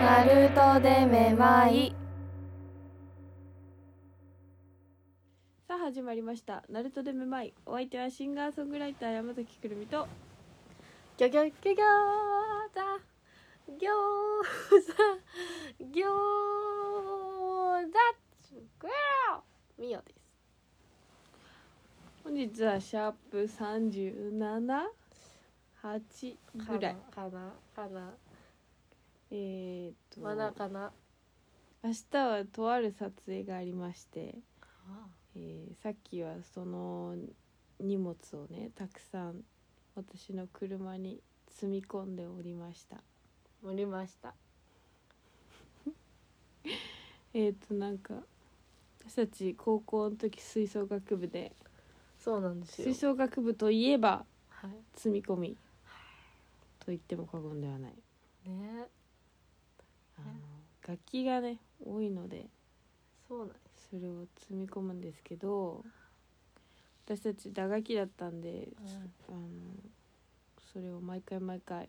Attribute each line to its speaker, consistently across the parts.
Speaker 1: ナルトでめまい。
Speaker 2: さあ始まりました「ナルトでめまい」お相手はシンガーソングライター山崎くるみと
Speaker 1: ギョギョギョギョーザギョーザギョーザグロミオです。
Speaker 2: 本日はシャープ378ぐらい
Speaker 1: かなかな
Speaker 2: えー、っと
Speaker 1: まだかな。
Speaker 2: 明日はとある撮影がありまして、えーさっきはその荷物をねたくさん私の車に積み込んでおりました
Speaker 1: 盛りました。
Speaker 2: えー、っとなんか私たち高校の時吹奏楽部で
Speaker 1: そうなんですよ
Speaker 2: 吹。奏楽部といえば
Speaker 1: は
Speaker 2: 積み込みと言っても過言ではない
Speaker 1: い。ね
Speaker 2: あの楽器がね多いので
Speaker 1: そうなんです。
Speaker 2: それを積み込むんですけど私たち打楽器だったんで、あのそれを毎回毎回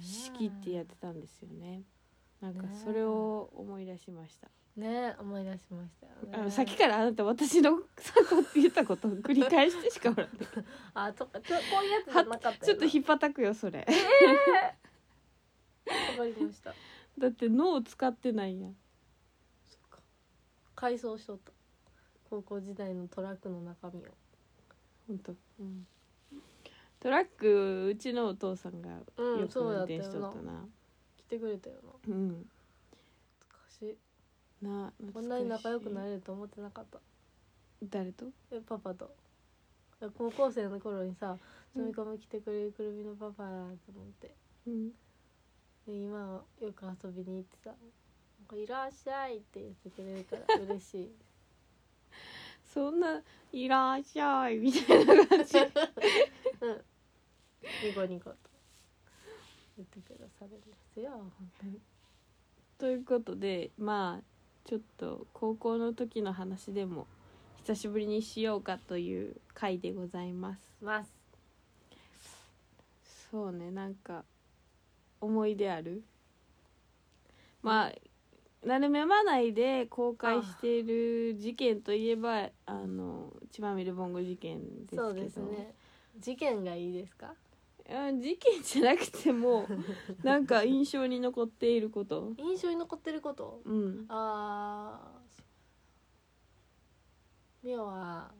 Speaker 2: 仕切ってやってたんですよね。なんか
Speaker 1: ねえ
Speaker 2: それを思い出しました。
Speaker 1: ね思い出しましたよ
Speaker 2: あ
Speaker 1: ね。
Speaker 2: の先からあなた私のさこ言ったことを繰り返してしか もらって、
Speaker 1: あそっかちょこういうやつじゃなかった
Speaker 2: ちょ
Speaker 1: よ
Speaker 2: っ
Speaker 1: な
Speaker 2: とひっぱたくよそれ。
Speaker 1: わかりました。
Speaker 2: だって脳を使ってないやん。
Speaker 1: そっか改装しとった高校時代のトラックの中身を、
Speaker 2: 本当。
Speaker 1: うん、
Speaker 2: トラックうちのお父さんがよく
Speaker 1: うんそう
Speaker 2: 運
Speaker 1: だった
Speaker 2: 転
Speaker 1: よ
Speaker 2: しと
Speaker 1: な
Speaker 2: ったな。
Speaker 1: 来てくれたよな
Speaker 2: うん。
Speaker 1: 昔
Speaker 2: な
Speaker 1: こんなに仲良くな
Speaker 2: る
Speaker 1: れると思ってなかった
Speaker 2: 誰と
Speaker 1: えパパとえ高校生の頃にさ
Speaker 2: うん
Speaker 1: 住み込み来てくれるくるみのパパだと思って
Speaker 2: うん
Speaker 1: で今はよく遊びに行ってさ「いらっしゃい」って言ってくれ るから嬉しい
Speaker 2: そんな「いらっしゃい」みたいな感じ
Speaker 1: うんニコニコと言ってくださるんですよ
Speaker 2: ということでまあちょっと高校の時の話でも久しぶりにしようかという回でございます
Speaker 1: ます
Speaker 2: そうねなんか思い出あるまあなるめまないで公開している事件といえばあの千葉ミルボンゴ事件ですけど
Speaker 1: そうですね事件がいいですか
Speaker 2: うん事件じゃなくてもなんか印象に残っていること
Speaker 1: 印象に残ってること
Speaker 2: うん
Speaker 1: あーミオは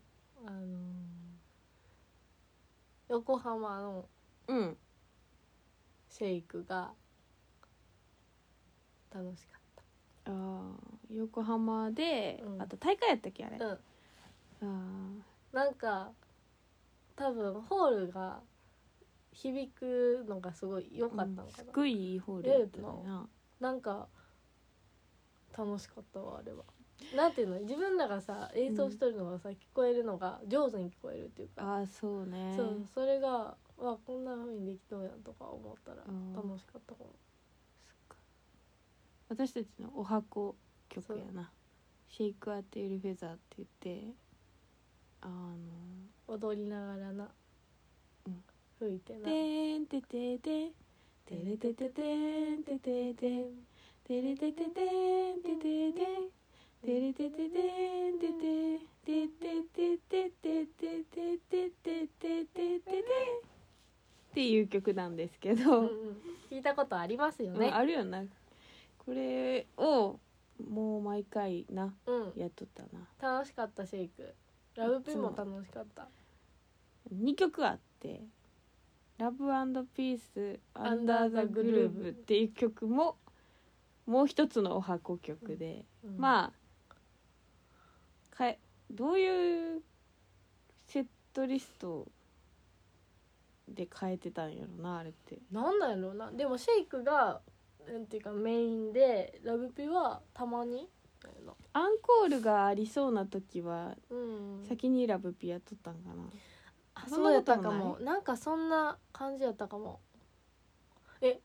Speaker 1: あのー横浜の
Speaker 2: うん
Speaker 1: シェイクが楽しかっ
Speaker 2: あー横浜で、
Speaker 1: うん
Speaker 2: あと大会やったっけあれ、
Speaker 1: た
Speaker 2: あ
Speaker 1: うん
Speaker 2: ー
Speaker 1: なんか多分ホールが響くのがすごい良かったのか
Speaker 2: うんす
Speaker 1: な、
Speaker 2: っごいいいホールやったよな
Speaker 1: なんか楽しかったわあれはなんていうの自分らがさ演奏しとるのがさ、聞こえるのが上手に聞こえるっていうか
Speaker 2: ああそうね
Speaker 1: そうそれがわこんな風にできとんやんとか思ったら
Speaker 2: うん
Speaker 1: 楽しかったか
Speaker 2: そっ
Speaker 1: も
Speaker 2: か私たちのお箱曲やな「シェイク・ア・テール・フェザー」って言ってあの
Speaker 1: 踊りながらな、
Speaker 2: うん
Speaker 1: 吹いて
Speaker 2: 「
Speaker 1: な
Speaker 2: てーんててててれてててんてててんてれてててんてててんてれてててんてててててててててててててっていう曲なんですけ
Speaker 1: う
Speaker 2: ど、
Speaker 1: んうん聞いたことありますよ
Speaker 2: う
Speaker 1: ね
Speaker 2: んあるよなこれをもう毎回な
Speaker 1: うん
Speaker 2: やっとったな
Speaker 1: 楽しかったシェイクラブピも楽しかった
Speaker 2: 2曲あって「ラブピースアンダー・ザ・グルーブ」っていう曲ももう一つのお箱曲で、
Speaker 1: あ
Speaker 2: まあかえどういうセットリストで変えてたんやろなあれって
Speaker 1: なんなんやろうなでもシェイクがなんていうかメインでラブピはたまになんやな
Speaker 2: アンコールがありそうな時は
Speaker 1: うん
Speaker 2: 先にラブピやっとったんかな
Speaker 1: あ
Speaker 2: そん
Speaker 1: そう
Speaker 2: な
Speaker 1: や
Speaker 2: こ
Speaker 1: っ
Speaker 2: とも
Speaker 1: たか
Speaker 2: ない
Speaker 1: もなんかそんな感じやったかもえ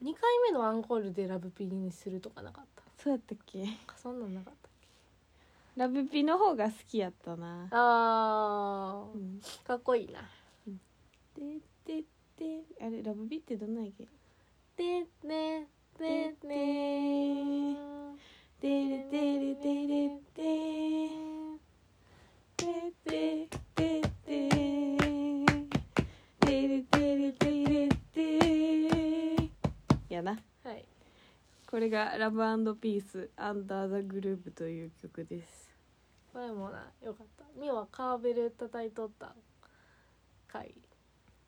Speaker 1: 二2回目のアンコールでラブピーにするとかなかった
Speaker 2: そうやったっけ
Speaker 1: なんかそんなんなかったっ
Speaker 2: ラブピの方が好きやったな。
Speaker 1: あ
Speaker 2: う
Speaker 1: ー
Speaker 2: ん、
Speaker 1: かっこいいな
Speaker 2: ででであれラブピってどんなんやっけ
Speaker 1: でねで
Speaker 2: でででれでれでれででででででれでれでれでやな
Speaker 1: はい
Speaker 2: これが「ラブピースアンダー・ザ・グループ」という曲です
Speaker 1: これもなよかったミはカーベル叩いとった回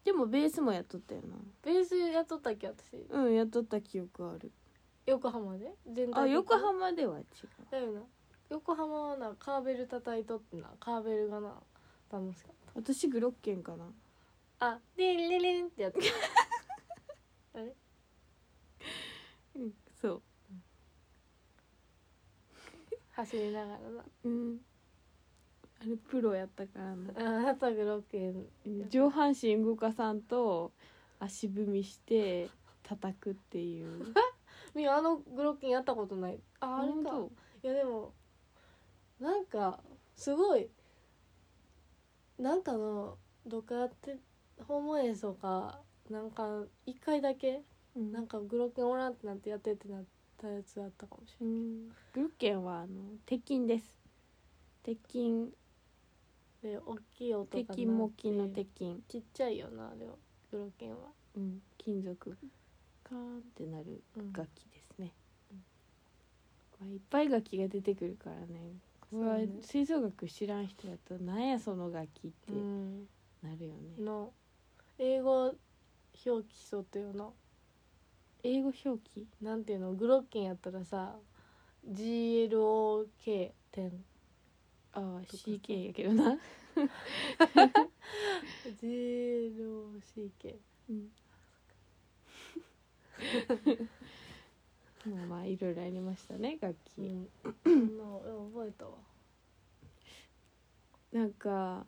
Speaker 2: でもベースもやっとったよな
Speaker 1: ベースやっとったっけ私
Speaker 2: うんやっとった記憶ある
Speaker 1: 横浜で全体的に
Speaker 2: あ横浜では違う
Speaker 1: だよな横浜はなカーベル叩いとってなカーベルがな楽しかっ
Speaker 2: 私グロッケンかな
Speaker 1: たあリンリンリンってやつあれ
Speaker 2: うんそ
Speaker 1: 走りながらな
Speaker 2: ううんあれプロやったからな
Speaker 1: あなたグロッケン
Speaker 2: 上半身動かさんと足踏みして叩くっていう
Speaker 1: みあのグロッケンやったことないああれか
Speaker 2: 本
Speaker 1: いやでもなんかすごいなんかのどっかやって訪問演奏かなんか一回だけ
Speaker 2: 当うん
Speaker 1: なんかグロッケンおらんってなってやってってなったやつあったかもし
Speaker 2: うんグロッケンはあの鉄筋です鉄筋
Speaker 1: れんで大きい音が
Speaker 2: 鉄
Speaker 1: 鳴って
Speaker 2: 筋木筋の鉄筋、
Speaker 1: ちっちゃいよなあれはグロッケンは、
Speaker 2: うん、金属カーンってなる
Speaker 1: うん
Speaker 2: 楽器ですね、これいっぱい楽器が出てくるからねこれは
Speaker 1: そうね
Speaker 2: 吹奏楽知らん人だとなんやその楽器って
Speaker 1: うん
Speaker 2: なるよね、
Speaker 1: の英語表記書っていうの
Speaker 2: 英語表記
Speaker 1: なんていうのグロッケンやったらさ GLOK 点
Speaker 2: ああ
Speaker 1: とか
Speaker 2: CK やけどな、
Speaker 1: GLOCK
Speaker 2: まあまあいろいろありましたね楽器、
Speaker 1: うん、そんなの覚えたわ
Speaker 2: なんか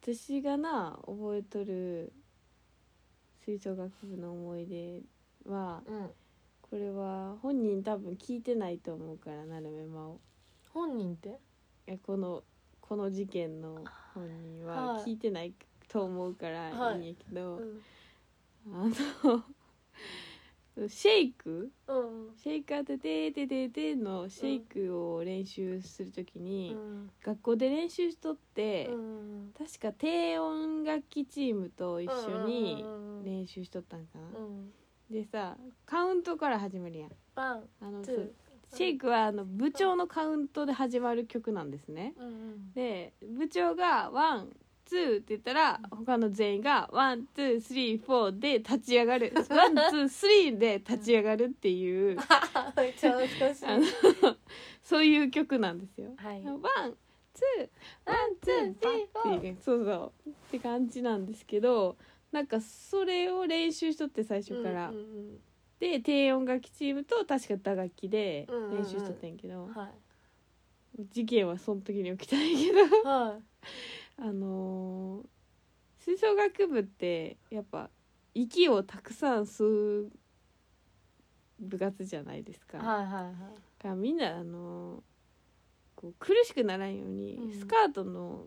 Speaker 2: 私がな覚えとる吹奏楽部の思い出は
Speaker 1: うん
Speaker 2: これは本人多分聞いてないと思うからなるめまを
Speaker 1: 本人って
Speaker 2: いやこのこの事件の本人
Speaker 1: は
Speaker 2: はい聞いてないと思うからいいんやけど、
Speaker 1: うん
Speaker 2: あのシェイク
Speaker 1: うん
Speaker 2: シェイカーでででででのシェイクを練習するとき
Speaker 1: う
Speaker 2: に、
Speaker 1: ん
Speaker 2: 学校で練習しとって、
Speaker 1: うん
Speaker 2: 確か低音楽器チームと一緒に
Speaker 1: うん
Speaker 2: 練習しとったんかな、
Speaker 1: うん
Speaker 2: でさカウントから始まるやん
Speaker 1: ワン
Speaker 2: あの
Speaker 1: ツー
Speaker 2: そうシェイクはあの部長のカウントで始まる曲なんですね
Speaker 1: うん
Speaker 2: で部長が「ワンツー」って言ったら他の全員が「ワンツースリーフォー」で立ち上がる「ワンツースリー」で立ち上がるっていう
Speaker 1: うんめっちゃ懐かしい
Speaker 2: あのそういう曲なんですよ。
Speaker 1: はい
Speaker 2: ワンツーワンツースリーフォーってそうそうって感じなんですけどなんかそれを練習しとって最初から、
Speaker 1: うんうん
Speaker 2: で低音楽器チームと確か打楽器で
Speaker 1: うんうんうん
Speaker 2: 練習しとったんやけど、
Speaker 1: うんはい
Speaker 2: 事件はその時に起きたんやけど
Speaker 1: は
Speaker 2: あのー吹奏楽部ってやっぱ息をたくさん吸う部活じゃないです
Speaker 1: い
Speaker 2: か。
Speaker 1: はいはいはい
Speaker 2: がみんなあのこう苦しくならんように、
Speaker 1: うん
Speaker 2: スカートの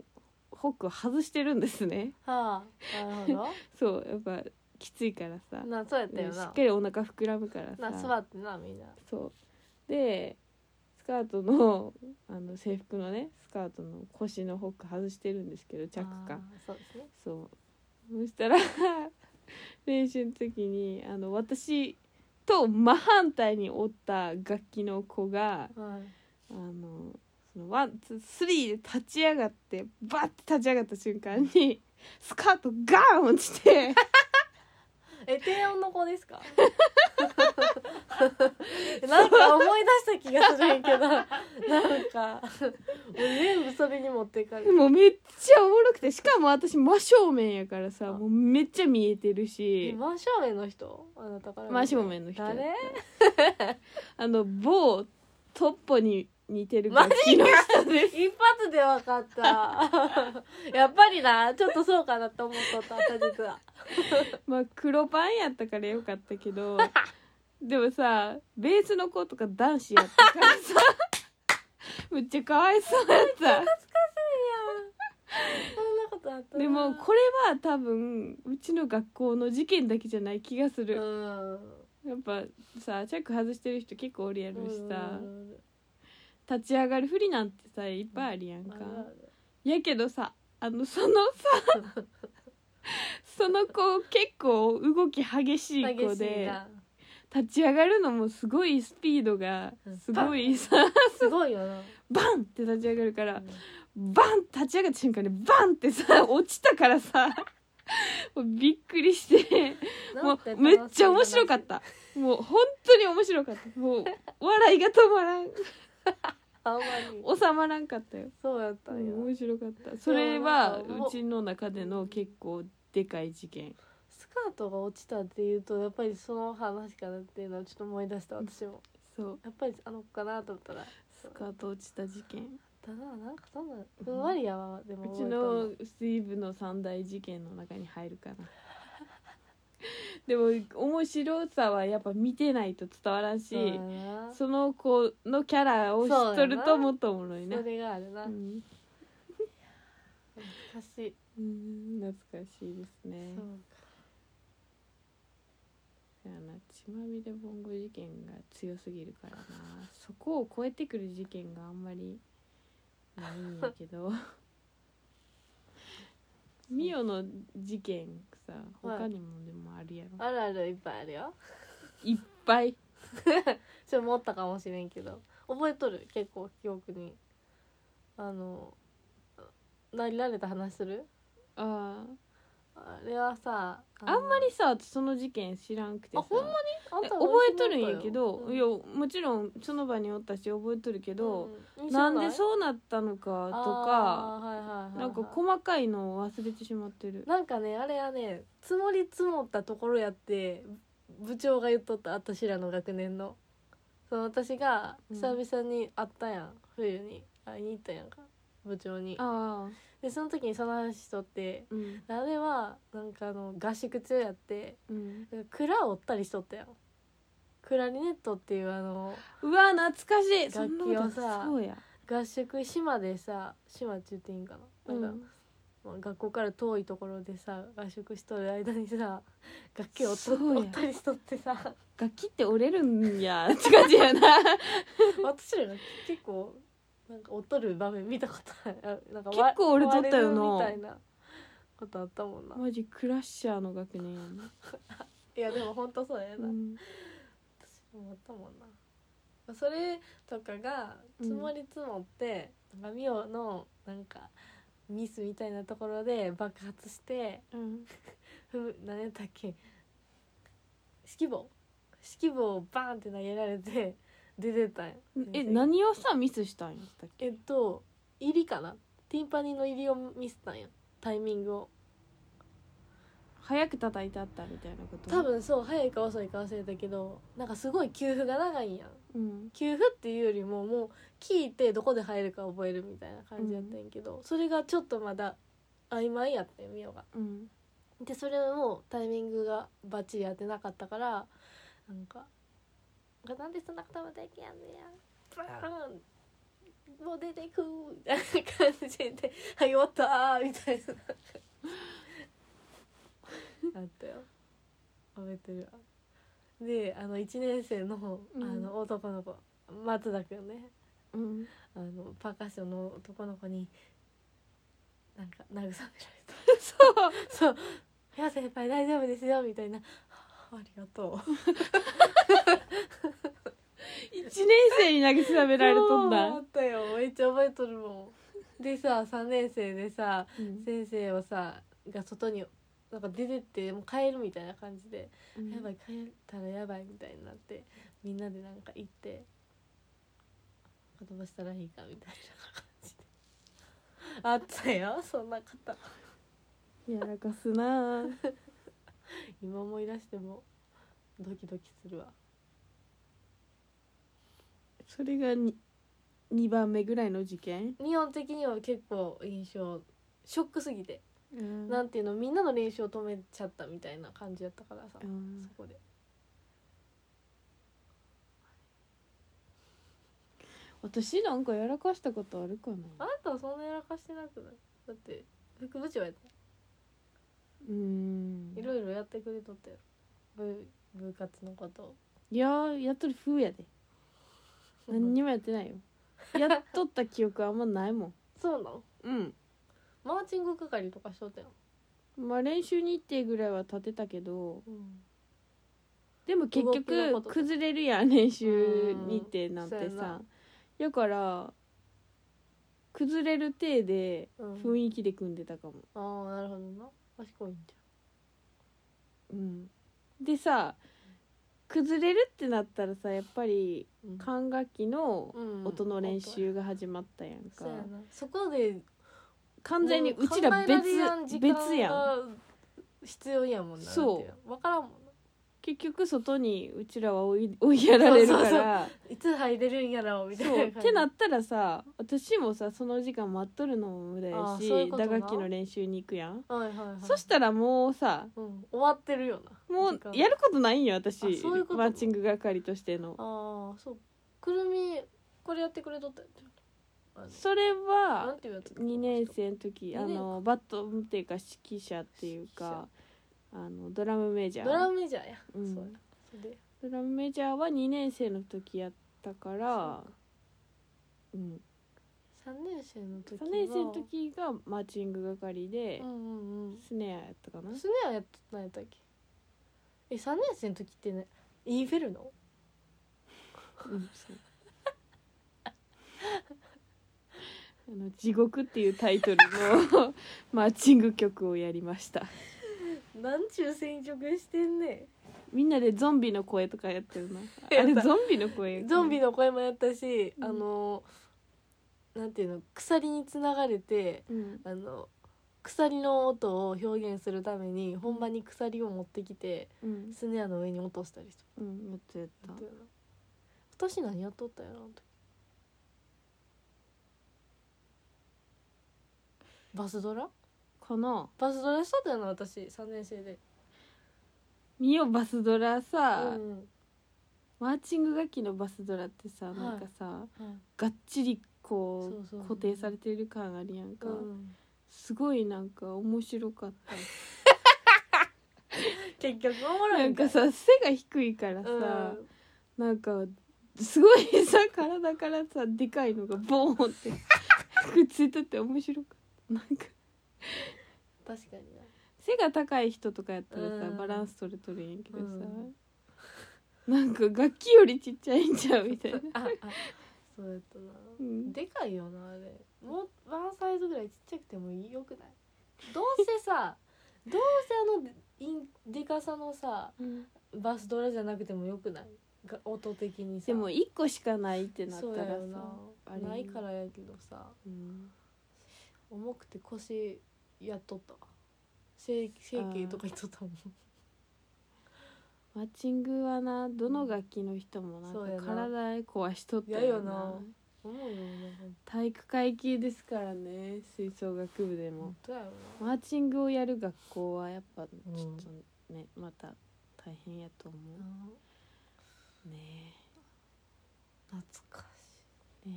Speaker 2: ホックを外してるんですね
Speaker 1: はあなるほ
Speaker 2: そうやっぱきついからさ
Speaker 1: どなそうやった
Speaker 2: う
Speaker 1: よ
Speaker 2: んしっ
Speaker 1: な
Speaker 2: かりお腹膨らむから
Speaker 1: な
Speaker 2: さ
Speaker 1: 座ってなみんな
Speaker 2: そうでスカートの あの制服のねスカートの腰のホック外してるんですけどチャック
Speaker 1: あ
Speaker 2: か
Speaker 1: ーそうですね
Speaker 2: そうそしたら 練習の時にあの私と真反対におった楽器の子が
Speaker 1: はい
Speaker 2: あのそのワンツースリーで立ち上がってバッて立ち上がった瞬間に スカートガーン落ちて
Speaker 1: え低音の子です かなんか思い出した気がするんやけどなんかもう全部それに持っていかれる
Speaker 2: もうめっちゃおもろくてしかも私真正面やからさ
Speaker 1: あ
Speaker 2: もうめっちゃ見えてるし
Speaker 1: 真正面の人あなたから見て
Speaker 2: 真正面の人やった
Speaker 1: 誰
Speaker 2: あの某トッポに似てる楽器の人です
Speaker 1: 一発で分かった やっぱりなちょっとそうかなと思っとった私実は
Speaker 2: まあ黒パンやったからよかったけどでもさベースの子とか男子やったからさめっちゃかわいそうやった
Speaker 1: そんなことあったな
Speaker 2: でもこれは多分うちの学校の事件だけじゃない気がす
Speaker 1: う
Speaker 2: る、
Speaker 1: ん
Speaker 2: やっぱさチャック外してる人結構おるやろしさ、
Speaker 1: うん
Speaker 2: 立ち上がる不利なんてさいっぱいあるやんか、
Speaker 1: あるある
Speaker 2: やけどさあのそのさ その子結構動き激しい子
Speaker 1: 激しい
Speaker 2: で
Speaker 1: な
Speaker 2: 立ち上がるのもすごいスピードが
Speaker 1: うん
Speaker 2: すごいさ
Speaker 1: すごいよな
Speaker 2: バンって立ち上がるから
Speaker 1: うん
Speaker 2: バン立ち上がった瞬間にバンってさ落ちたからさもうびっくりしても
Speaker 1: なんて
Speaker 2: う
Speaker 1: 楽し
Speaker 2: め
Speaker 1: い
Speaker 2: っちゃ面白かったもう本当に面白かったもう笑いが止まらん
Speaker 1: あんまり
Speaker 2: 収まらんかったよ
Speaker 1: そうやったんや
Speaker 2: 面白かったそれは
Speaker 1: でもなんか
Speaker 2: うちの中での結構でかい事件
Speaker 1: スカートが落ちたっていうとやっぱりその話かなっていうのはちょっと思い出した私も
Speaker 2: そう
Speaker 1: やっぱりあの子かなと思ったら
Speaker 2: スカート落ちた事件
Speaker 1: だななんかそんなふんわりやわでも
Speaker 2: うちの水部の三大事件の中に入るかな でも面白さはやっぱ見てないと伝わらんし
Speaker 1: 覚えたのそうやな
Speaker 2: その子のキャラを知っとると
Speaker 1: そうやな
Speaker 2: もっとおもろいな
Speaker 1: それがあるな
Speaker 2: うん
Speaker 1: 懐かしい
Speaker 2: うん懐かしいですね
Speaker 1: そう
Speaker 2: あの血まみれボンゴ事件が強すぎるからなそこを超えてくる事件があんまりないんやけ どミオの事件さ
Speaker 1: はい
Speaker 2: 他にもでもあるやろ、
Speaker 1: かあるあるいっぱいあるよ
Speaker 2: い、っぱい
Speaker 1: ちょっと持ったかもしれんけど覚えとる結構記憶にあのなりられた話する
Speaker 2: あ
Speaker 1: あれはさ
Speaker 2: ああんま
Speaker 1: り
Speaker 2: りさ私その事件知らんくてさ
Speaker 1: あほんまあん
Speaker 2: え
Speaker 1: た
Speaker 2: 覚えとるんやけど、いやもちろんその場におったし覚えとるけど、なんで
Speaker 1: う
Speaker 2: そうなったのかと
Speaker 1: と
Speaker 2: か
Speaker 1: はいはいはいはい
Speaker 2: なんか細かいのを忘れてしまってる
Speaker 1: なんかねあれはね積もり積もったところやって部長が言っとった私らの学年のその私が
Speaker 2: うん
Speaker 1: 久々に会ったやん、冬に会いに行ったやんか部長に
Speaker 2: ああ
Speaker 1: でその時にその話しとって
Speaker 2: うん
Speaker 1: あれはなんかあの合宿中やって
Speaker 2: うん
Speaker 1: 蔵を折ったりしとったやんクラリネットっていうあの
Speaker 2: うわ懐かしいそ
Speaker 1: 楽
Speaker 2: んなこ
Speaker 1: 器を
Speaker 2: と
Speaker 1: さ
Speaker 2: そうや、
Speaker 1: 合宿島でさ島って言っていいんかな,、
Speaker 2: うん
Speaker 1: なんかまあ、学校から遠いところでさ合宿しとる間 にさ楽器を折っと
Speaker 2: そうや
Speaker 1: 折ったりしとってさ
Speaker 2: 楽器って折れるんやって感じやな
Speaker 1: 私らが結構なんか折っとる場面見たことないあなんか
Speaker 2: 結構折れとったよな
Speaker 1: 割れるみたいなことあったもんな
Speaker 2: マジクラッシャーの学年やな、
Speaker 1: いやでも本当そうや
Speaker 2: う
Speaker 1: な、
Speaker 2: ん
Speaker 1: 私も思ったもんなそれとかが積もり積もって、なんかミオのなんかミスみたいなところで爆発して
Speaker 2: うん
Speaker 1: ふむ何やったっけ指揮棒指揮棒をバーンって投げられて 出てったんや
Speaker 2: え何をさミスしたんやったっけ
Speaker 1: えっと入りかなティンパニーの入りをミスったんやタイミングを
Speaker 2: 早く叩いてあったみたいなこと
Speaker 1: 多、分そう早いか遅いか忘れたけどなんかすごい給付が長いんやん
Speaker 2: うん、
Speaker 1: 給付っていうよりももう聞いてどこで入るか覚えるみたいな感じやったんやけど、それがちょっとまだ曖昧やってんみよが
Speaker 2: うん
Speaker 1: でそれもタイミングがバッチリ合ってなかったからなんか「なんでそんなこともできやんねや」バーンもう出てくみたいな感じで「はい終わったー」みたい なあったよ覚えてるわであの1年生のあ
Speaker 2: うん
Speaker 1: の男の子、松田君ね
Speaker 2: うん、
Speaker 1: あのパーカッションの男の子になんか慰められた
Speaker 2: そう
Speaker 1: そう「平先輩大丈夫ですよ」みたいな「ありがとう」
Speaker 2: 1年生に慰められとんだ
Speaker 1: そう思ったよめっちゃ覚えとるもんでさ3年生でさ
Speaker 2: うん
Speaker 1: 先生をさが外になんか出てってもう帰るみたいな感じで「やばい帰ったらやばい」みたいになってみんなでなんか行って「どうしたらいいか」みたいな感じであったよそんな方
Speaker 2: やらかすなあ
Speaker 1: 今思い出してもドキドキするわ
Speaker 2: それがに2番目ぐらいの事件、
Speaker 1: 日本的には結構印象ショックすぎて、
Speaker 2: うん
Speaker 1: なんていうのみんなの練習を止めちゃったみたいな感じやったからさ、
Speaker 2: うん
Speaker 1: そこで
Speaker 2: 私なんかやらかしたことあるか
Speaker 1: あ
Speaker 2: なん
Speaker 1: たはそんなやらかしてなくないだって副部長やった
Speaker 2: うーん
Speaker 1: いろいろやってくれとったよ部部活のことを
Speaker 2: いやーやっとる風やで何にもやって ないよやっとった記憶あんまないもん
Speaker 1: そうなの
Speaker 2: うん
Speaker 1: マーチング係とかしとったよ、
Speaker 2: まあ練習日程ぐらいは立てたけど
Speaker 1: うん、
Speaker 2: でも結
Speaker 1: 動きのこ
Speaker 2: 局
Speaker 1: と
Speaker 2: 崩れるやん練習日程なん
Speaker 1: う
Speaker 2: て
Speaker 1: んそうや
Speaker 2: さ
Speaker 1: な
Speaker 2: だから崩れる体で
Speaker 1: うん
Speaker 2: 雰囲気で組んでたかも、
Speaker 1: ああなるほどな賢いんじ
Speaker 2: うん、でさ崩れるってなったらさやっぱり
Speaker 1: ゃん、うん
Speaker 2: 管楽器の
Speaker 1: うん
Speaker 2: 音の練習が始まったやんか、
Speaker 1: そうやなそこで
Speaker 2: 完全に
Speaker 1: も
Speaker 2: うちら
Speaker 1: 考え
Speaker 2: 別
Speaker 1: れるやん時間が
Speaker 2: 別やん
Speaker 1: 必要やもんな
Speaker 2: そう
Speaker 1: う分からんもんな
Speaker 2: 結局外にうちらは追い追いやられるから
Speaker 1: そうそういつ入れるんやろうみたいな
Speaker 2: そう
Speaker 1: 感じ
Speaker 2: ってなったらさ私もさその時間待っとるのも無駄や
Speaker 1: あ
Speaker 2: し
Speaker 1: そういうこと
Speaker 2: 打
Speaker 1: な
Speaker 2: 楽器の練習に行くやん、
Speaker 1: はいはいはい
Speaker 2: そしたらもうさ
Speaker 1: うん、終わってるよな
Speaker 2: もう
Speaker 1: 時間
Speaker 2: やることないんよ私
Speaker 1: あそういうこと
Speaker 2: マーチング係としての
Speaker 1: ああそうくるみこれやってくれとったよ
Speaker 2: それ
Speaker 1: な
Speaker 2: は
Speaker 1: んていうやつ
Speaker 2: 2年生の時
Speaker 1: 二
Speaker 2: あ
Speaker 1: 年か
Speaker 2: のバットンっていうか指揮者っていうかあのドラムメジャー
Speaker 1: ドラムメジャーや、
Speaker 2: うん
Speaker 1: そうやそれで
Speaker 2: ドラムメジャーは2年生の時やったから
Speaker 1: そうか
Speaker 2: うん、
Speaker 1: 3年生の時は
Speaker 2: 3年生の時がマーチング係で
Speaker 1: う、んうんうん
Speaker 2: スネアやったかな
Speaker 1: スネアやっとったんやったっけえ三3年生の時ってねインフェルノ
Speaker 2: うんそう あの地獄っていうタイトルのマーチング曲をやりました
Speaker 1: なんちゅう選曲してんね
Speaker 2: みんなでゾンビの声とかやってるなあ
Speaker 1: や
Speaker 2: れ
Speaker 1: った
Speaker 2: ゾンビの声
Speaker 1: ゾンビの声もやったし、
Speaker 2: うん
Speaker 1: あのなんていうの鎖につながれて
Speaker 2: うん
Speaker 1: あの鎖の音を表現するために本番に鎖を持ってきて
Speaker 2: うん、
Speaker 1: スネアの上に落としたりし
Speaker 2: うん、やったやった
Speaker 1: たっていうの私何やっとったやろあの時バスドラ
Speaker 2: この
Speaker 1: バスドラしとったよな私3年生で、
Speaker 2: ミオバスドラ
Speaker 1: う
Speaker 2: さ、
Speaker 1: ん
Speaker 2: マーチング楽器のバスドラってさ、
Speaker 1: はい
Speaker 2: なんかさ
Speaker 1: うん
Speaker 2: がっちりこう
Speaker 1: そうそう
Speaker 2: 固定されてる感あるやんか、
Speaker 1: うん、
Speaker 2: すごいなんか面白かった
Speaker 1: 結局おもろい
Speaker 2: なんか
Speaker 1: さ、
Speaker 2: さ背が低いからさ、
Speaker 1: うん
Speaker 2: なんかすごいさ体からさでかいのがボーンってくっついとって面白かったなんか
Speaker 1: 確かにな
Speaker 2: 背が高い人とかやったらさ
Speaker 1: うん
Speaker 2: バランス取れとるんやけどさ、
Speaker 1: うん
Speaker 2: なんか楽器よりちっちゃいんちゃうみたいな
Speaker 1: ああそうやったな、
Speaker 2: うん
Speaker 1: でかいよなあれもうワンサイズぐらいちっちゃくてもよくないどうせ さどうせあのインでかさのさバスドラじゃなくてもよくないが音的にさ
Speaker 2: でも1個しかないってなっ
Speaker 1: そう
Speaker 2: た
Speaker 1: や
Speaker 2: ら
Speaker 1: よ
Speaker 2: さ
Speaker 1: な
Speaker 2: あれ
Speaker 1: ないからやけどさ
Speaker 2: うん
Speaker 1: 重くて腰やっとったわ整整形とか言っとったもん
Speaker 2: マッチングはなどの楽器の人もなん
Speaker 1: そうやな
Speaker 2: か体壊しとった
Speaker 1: 嫌よな思うよな
Speaker 2: 体育会系ですからね吹奏楽部でも
Speaker 1: 本。当やよな
Speaker 2: マーチングをやる学校はやっぱちょっとね、また大変やと思
Speaker 1: あ
Speaker 2: うね
Speaker 1: 懐かし
Speaker 2: えね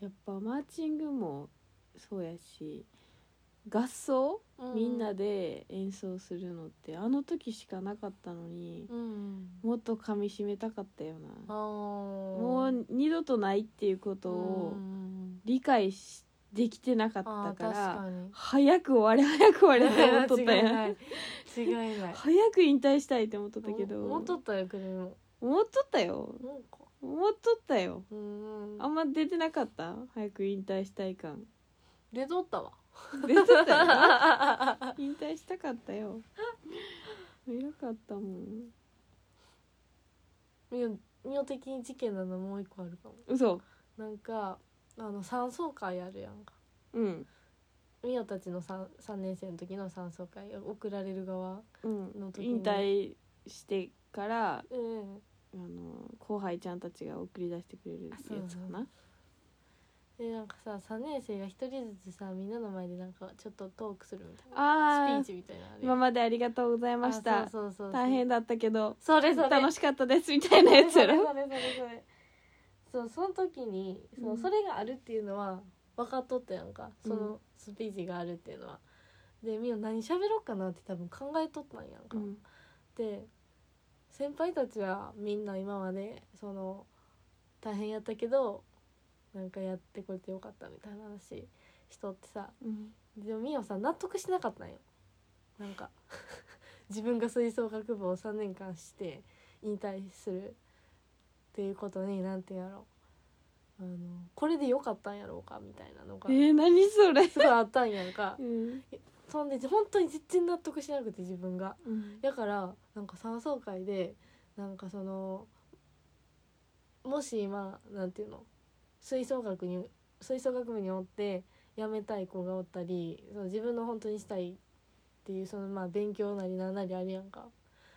Speaker 2: えやっぱマーチングもそうやし合奏、
Speaker 1: い、う
Speaker 2: みんなで演奏するのってあの時しかなかったのに、
Speaker 1: うん
Speaker 2: もっと噛み締めたかったよ
Speaker 1: あ
Speaker 2: な、
Speaker 1: ー
Speaker 2: もう二度とないっていうことを
Speaker 1: うん
Speaker 2: 理解しできてなかっ
Speaker 1: あ
Speaker 2: たから
Speaker 1: ー確かに
Speaker 2: 早く終われ早く終われって思っとったやん
Speaker 1: 違いない違いない
Speaker 2: 早く引退したいって思っとったけど
Speaker 1: 思っとったよくれも
Speaker 2: 思っとったよ
Speaker 1: なんか
Speaker 2: 思っとったよ
Speaker 1: うん
Speaker 2: あんま出てなかった早く引退したい 感
Speaker 1: 出とったわ
Speaker 2: 出てたよ 引退したかったよ偉かったもん
Speaker 1: みよみよ的に事件なのもう一個あるかも
Speaker 2: 嘘
Speaker 1: なんかあの三層会あるやんか
Speaker 2: うん
Speaker 1: みよたちの 3, 三年生の時の三層会送られる側
Speaker 2: うん
Speaker 1: の時に
Speaker 2: 引退してから
Speaker 1: うん
Speaker 2: あの後輩ちゃんたちが送り出してくれるやつかな
Speaker 1: でなんかさ3年生が一人ずつさみんなの前でなんかちょっとトークするみたいな
Speaker 2: あ
Speaker 1: スピー
Speaker 2: あ
Speaker 1: チみたいなのあるや
Speaker 2: 今
Speaker 1: ん
Speaker 2: までありがとうございまし
Speaker 1: あ
Speaker 2: た
Speaker 1: そうそうそうそう
Speaker 2: 大変だったけど
Speaker 1: それそれ
Speaker 2: 楽しかったですみたいなやつやろ
Speaker 1: それそれそれそれそうその時にそ,、
Speaker 2: うん
Speaker 1: それがあるっていうのは分かっとったやんかそ
Speaker 2: うん
Speaker 1: のスピーチがあるっていうのは。でみんな何喋ろうかなって多分考えとったんやんか。
Speaker 2: うん
Speaker 1: で先輩たちはみんな今までその大変やったけどなんかやってこれてよかったみたいな話しとってさ
Speaker 2: うん
Speaker 1: でもみよさ納得しなかったんよなんか 自分が吹奏楽部を3年間して引退するっていうことになんて言うんやろあのこれでよかったんやろうかみたいなのが
Speaker 2: えー、何それ
Speaker 1: すごいあったんやんか
Speaker 2: うん
Speaker 1: そんで本当に全然納得しなくて自分が
Speaker 2: うん
Speaker 1: だからなんか三奏会でなんかそのもし今なんていうの吹奏楽に吹奏楽部におって辞めたい子がおったりその自分の本当にしたいっていうそのまあ勉強なりなんなりあるやんか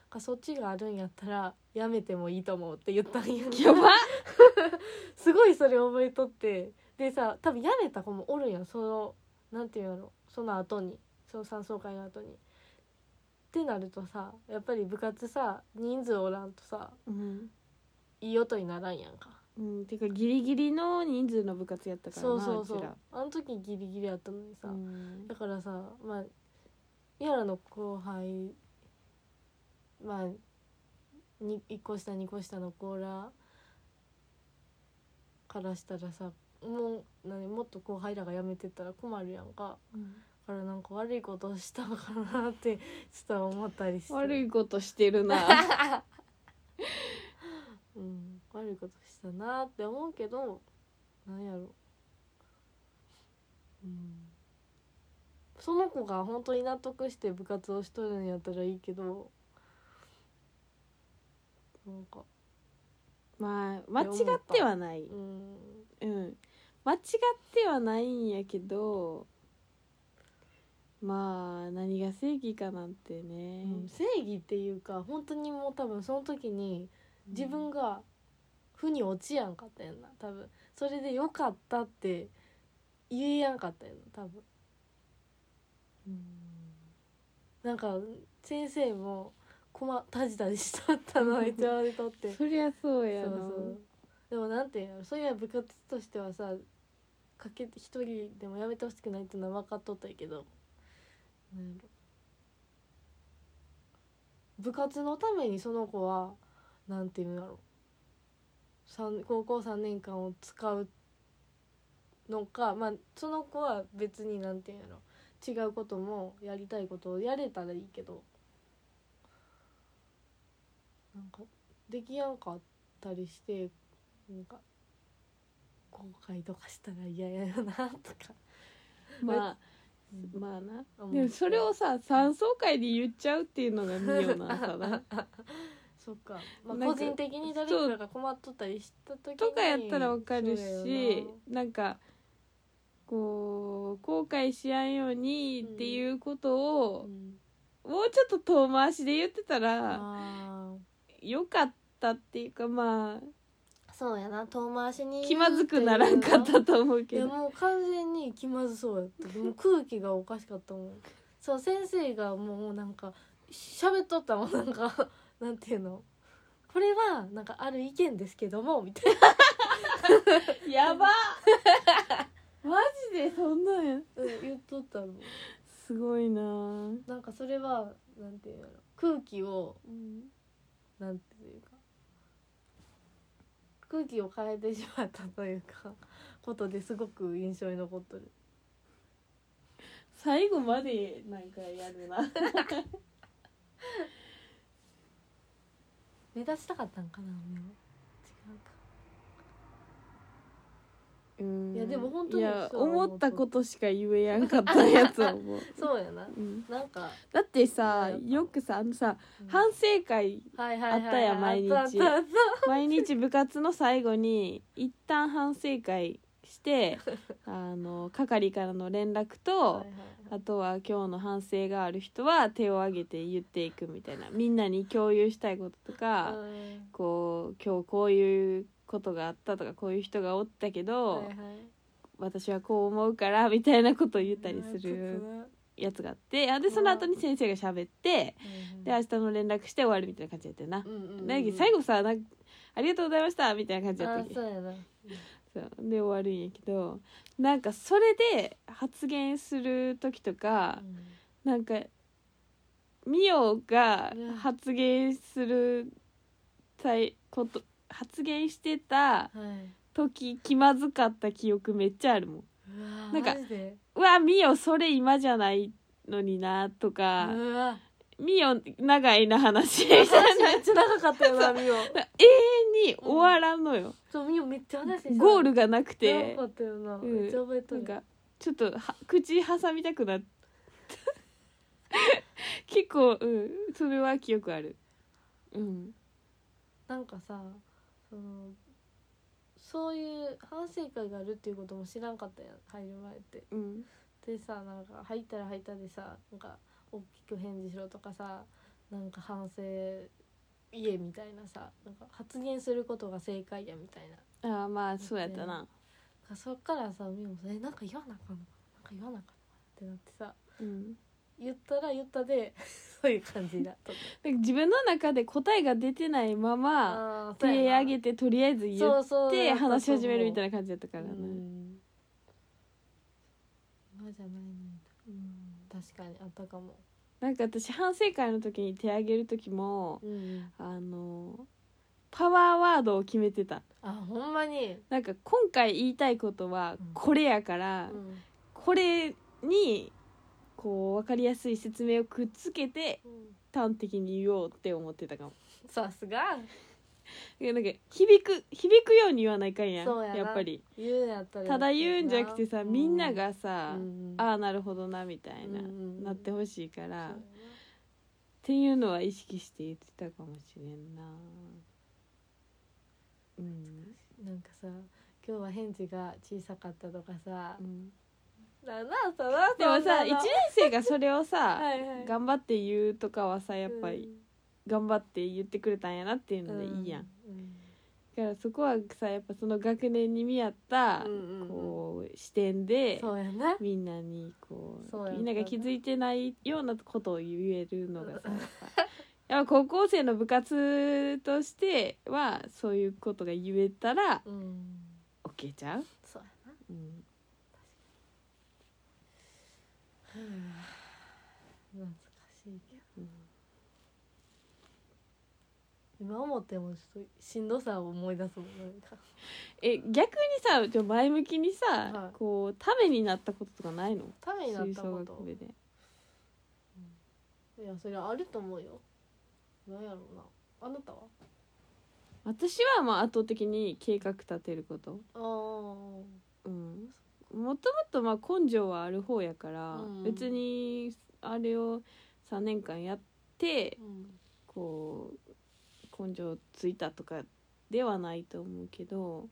Speaker 1: かそっちがあるんやったら辞めてもいいと思うって言ったんやんか
Speaker 2: やばっ
Speaker 1: すごいそれ覚えとってでさ多分辞めた子もおるんやんそのなんていうんやろその後にその三奏会の後に。ってなるとさやっぱり部活さ人数おらんとさ
Speaker 2: うん、
Speaker 1: いい音にならんやんか
Speaker 2: うん、てかギリギリの人数の部活やったからな
Speaker 1: そうそうそう
Speaker 2: ちら
Speaker 1: あの時ギリギリやったのにさ、
Speaker 2: うん
Speaker 1: だからさまあやらの後輩まあに1個下2個下の子らからしたらさもう何もっと後輩らが辞めてったら困るやんか
Speaker 2: うん
Speaker 1: だからなんか悪いことしたのかなってちょっと思ったりして
Speaker 2: 悪いことしてるな
Speaker 1: うん、悪いことしたなって思うけどなんやろ、 うん、その子が本当に納得して部活をしとるんやったらいいけどなんか
Speaker 2: まあ間違ってはない
Speaker 1: うん
Speaker 2: うん間違ってはないんやけどまあ何が正義かなんてね、
Speaker 1: 正義っていうか本当にもう多分その時に自分が負に落ちやんかったやんな多分それでよかったって言えやんかったやんな多分なんか先生もこまタジタジしとったのめっちゃ割とって
Speaker 2: そりゃそう
Speaker 1: そ
Speaker 2: や
Speaker 1: う
Speaker 2: な
Speaker 1: そうでもなんていうのそういう部活としてはさかけて一人でもやめてほしくないっていうのは分かっとったんやけどなんやろ部活のためにその子はなんていうんだろう三高校3年間を使うのかまあその子は別になんていうんやろ違うこともやりたいことをやれたらいいけどなんかできやんかったりしてなんか後悔とかしたら嫌やなとか、
Speaker 2: まあ
Speaker 1: うん
Speaker 2: まあな
Speaker 1: 思う
Speaker 2: でもそれをさ三層階で言っちゃうっていうのが妙なん さな
Speaker 1: そっか、まあ、
Speaker 2: なんか
Speaker 1: 個人的に誰かが困っとったりした時に
Speaker 2: とかやったらわかる
Speaker 1: そう
Speaker 2: し
Speaker 1: や
Speaker 2: なんかこう後悔しやんようにっていうこと
Speaker 1: よなう
Speaker 2: を、
Speaker 1: ん
Speaker 2: もうちょっと遠回しで言ってたら
Speaker 1: あ
Speaker 2: よかったっていうかまあ
Speaker 1: ーそうやな遠回しに
Speaker 2: 気まずくならんかったと思う
Speaker 1: い
Speaker 2: け
Speaker 1: や
Speaker 2: ど
Speaker 1: もう完全に気まずそうやったもう空気がおかしかったもんそう先生がもうなんか喋っとったもんなんかなんていうのこれはなんかある意見ですけどもみたい
Speaker 2: や ばマジでそんなんや
Speaker 1: なうん言っとったの
Speaker 2: すごいな
Speaker 1: なんかそれはなんていうの空気をなんていうか空気を変えてしまったというかことですごく印象に残っとる
Speaker 2: 最後までなんかやるな
Speaker 1: 目立ちたかったんかな俺は違うか
Speaker 2: うん
Speaker 1: いやでも本当に
Speaker 2: いや
Speaker 1: そう
Speaker 2: 思ったことしか言えやんかったやつを思 う、
Speaker 1: そうやな
Speaker 2: うん
Speaker 1: なんか
Speaker 2: だってさ
Speaker 1: いややっぱ
Speaker 2: よくさあのさ
Speaker 1: うん
Speaker 2: 反省 会
Speaker 1: はいはいはい、
Speaker 2: あったやん毎日
Speaker 1: あったあったあった
Speaker 2: 毎日部活の最後に一旦反省会 してあの係からの連絡と、
Speaker 1: はいはいは
Speaker 2: あ
Speaker 1: い
Speaker 2: とは今日の反省がある人は手を挙げて言っていくみたいなみんなに共有したいこととか、
Speaker 1: うん
Speaker 2: こう今日こういうことがあったとかこういう人がおったけど、
Speaker 1: はいはい
Speaker 2: 私はこう思うからみたいなことを言ったりす
Speaker 1: うんち
Speaker 2: る
Speaker 1: ょっ
Speaker 2: やつがあってあでその後に先生が喋って
Speaker 1: とね
Speaker 2: で明日の連絡して終わるみたいな感じやったよな。
Speaker 1: うんうんうん
Speaker 2: だけど最後さなんありがとうございましたみたいな感じだった
Speaker 1: あ
Speaker 2: っけ
Speaker 1: そうやな
Speaker 2: そうで終わるんやけどなんかそれで発言する時とかなんかミオが
Speaker 1: うん
Speaker 2: 発言するたいこと発言してた
Speaker 1: うんはい
Speaker 2: 時気まずかった記憶めっちゃあるもん。
Speaker 1: うわー
Speaker 2: なんか
Speaker 1: マジで
Speaker 2: うわミオそれ今じゃないのになとか
Speaker 1: うわ
Speaker 2: ミオ長いな 話みたいな
Speaker 1: 話めっちゃ長かったよなみお
Speaker 2: 永遠に終わらんのよ、
Speaker 1: そうみおめっちゃ話して
Speaker 2: ゴー
Speaker 1: っ
Speaker 2: ルがなくて
Speaker 1: 長かったよな、
Speaker 2: うん
Speaker 1: めっちゃ覚えと
Speaker 2: なん
Speaker 1: る
Speaker 2: かちょっとは口挟みたくなった 結構、うん、それは記憶あるうん
Speaker 1: なんかさそのそういう反省会があるっていうことも知らんかったやん入る前って
Speaker 2: うん
Speaker 1: でさなんか入ったら入ったでさなんか大きく返事しろとかさなんか反省家みたいなさなんか発言することが正解やみたいな
Speaker 2: ああまあそうやったな、
Speaker 1: かそっからさみもさ「えなんか言わなあかんのかなんか言わなあかんのか」ってなってさ
Speaker 2: うん、
Speaker 1: 言ったら言った でそういう感じになった
Speaker 2: なんか自分の中で答えが出てないまま
Speaker 1: あーそう
Speaker 2: 手
Speaker 1: やな
Speaker 2: 挙げてとりあえず言っ
Speaker 1: そう
Speaker 2: て話し始めるみた
Speaker 1: い
Speaker 2: いな感じだったからな、
Speaker 1: うん今じゃないのに確かにあったかも、
Speaker 2: なんか私反省会の時に手挙げる時も
Speaker 1: うん、
Speaker 2: あのパワーワードを決めてた
Speaker 1: あほんまに、
Speaker 2: なんか今回言いたいことは
Speaker 1: うん
Speaker 2: これやから、
Speaker 1: うん
Speaker 2: これにこう分かりやすい説明をくっつけて端的に言おうって思ってたかも
Speaker 1: さすが
Speaker 2: いやなんか響く響くように言わないかんやん
Speaker 1: そうやな
Speaker 2: やっぱり
Speaker 1: 言うんやったら
Speaker 2: ただ言うんじゃなくてさ、みんなが
Speaker 1: あ
Speaker 2: さ、
Speaker 1: あ
Speaker 2: ああなるほどなみたいな、
Speaker 1: うんうん
Speaker 2: なってほしいからっていうのは意識して言ってたかもしれんなうん、
Speaker 1: なんかさ今日は返事が小さかったとかさ
Speaker 2: う、ん、
Speaker 1: ななさな
Speaker 2: でもさ
Speaker 1: そん
Speaker 2: 1年
Speaker 1: なの
Speaker 2: 生がそれをさ、
Speaker 1: はいはい
Speaker 2: 頑張って言うとかはさやっぱり、頑張って言ってくれたんやなっていう
Speaker 1: う
Speaker 2: のでいいやん、
Speaker 1: う
Speaker 2: だからそこはさやっぱその学年に見合った、
Speaker 1: うんうんうん
Speaker 2: こう視点で
Speaker 1: そうやな
Speaker 2: みんなにこう
Speaker 1: そうやな
Speaker 2: みんなが気づいてないようなことを言えるのがさやっぱ やっぱ高校生の部活としてはそういうことが言えたら
Speaker 1: うん、
Speaker 2: OK ちゃう、
Speaker 1: そうやな
Speaker 2: うん、
Speaker 1: 懐かしい
Speaker 2: う
Speaker 1: けど
Speaker 2: ん
Speaker 1: 今思ってもちょっとしんどさを思い出すもんなんか
Speaker 2: え逆にさちょ前向きにさ、
Speaker 1: はい
Speaker 2: こうためになったこととかないの
Speaker 1: ためになっ
Speaker 2: 吹
Speaker 1: た
Speaker 2: 奏
Speaker 1: こ
Speaker 2: 楽
Speaker 1: と
Speaker 2: 部で
Speaker 1: いやそれあると思うよなんやろうなあなたは
Speaker 2: 私はまあ圧倒的に計画立てること
Speaker 1: あ
Speaker 2: う
Speaker 1: ー
Speaker 2: んもともとまあ根性はある方やから、
Speaker 1: うん
Speaker 2: 別にあれを3年間やって
Speaker 1: うん
Speaker 2: こう根性ついたとかではないと思うけど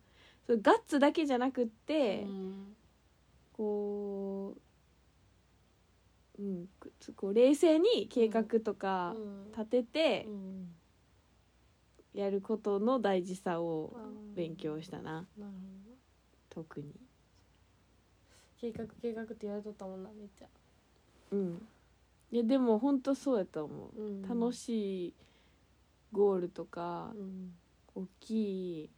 Speaker 2: それガッツだけじゃなくって、
Speaker 1: うん
Speaker 2: こう,、うん、くこう冷静に計画とか
Speaker 1: うん
Speaker 2: 立てて
Speaker 1: うん
Speaker 2: やることの大事さを
Speaker 1: うん
Speaker 2: 勉強したな
Speaker 1: なるほどな
Speaker 2: 特に。
Speaker 1: 計画計画ってやれとったもんなめっちゃ、
Speaker 2: うん、いやでも本当そうやと思う。
Speaker 1: うん
Speaker 2: 楽しいゴールとか
Speaker 1: うん
Speaker 2: 大きい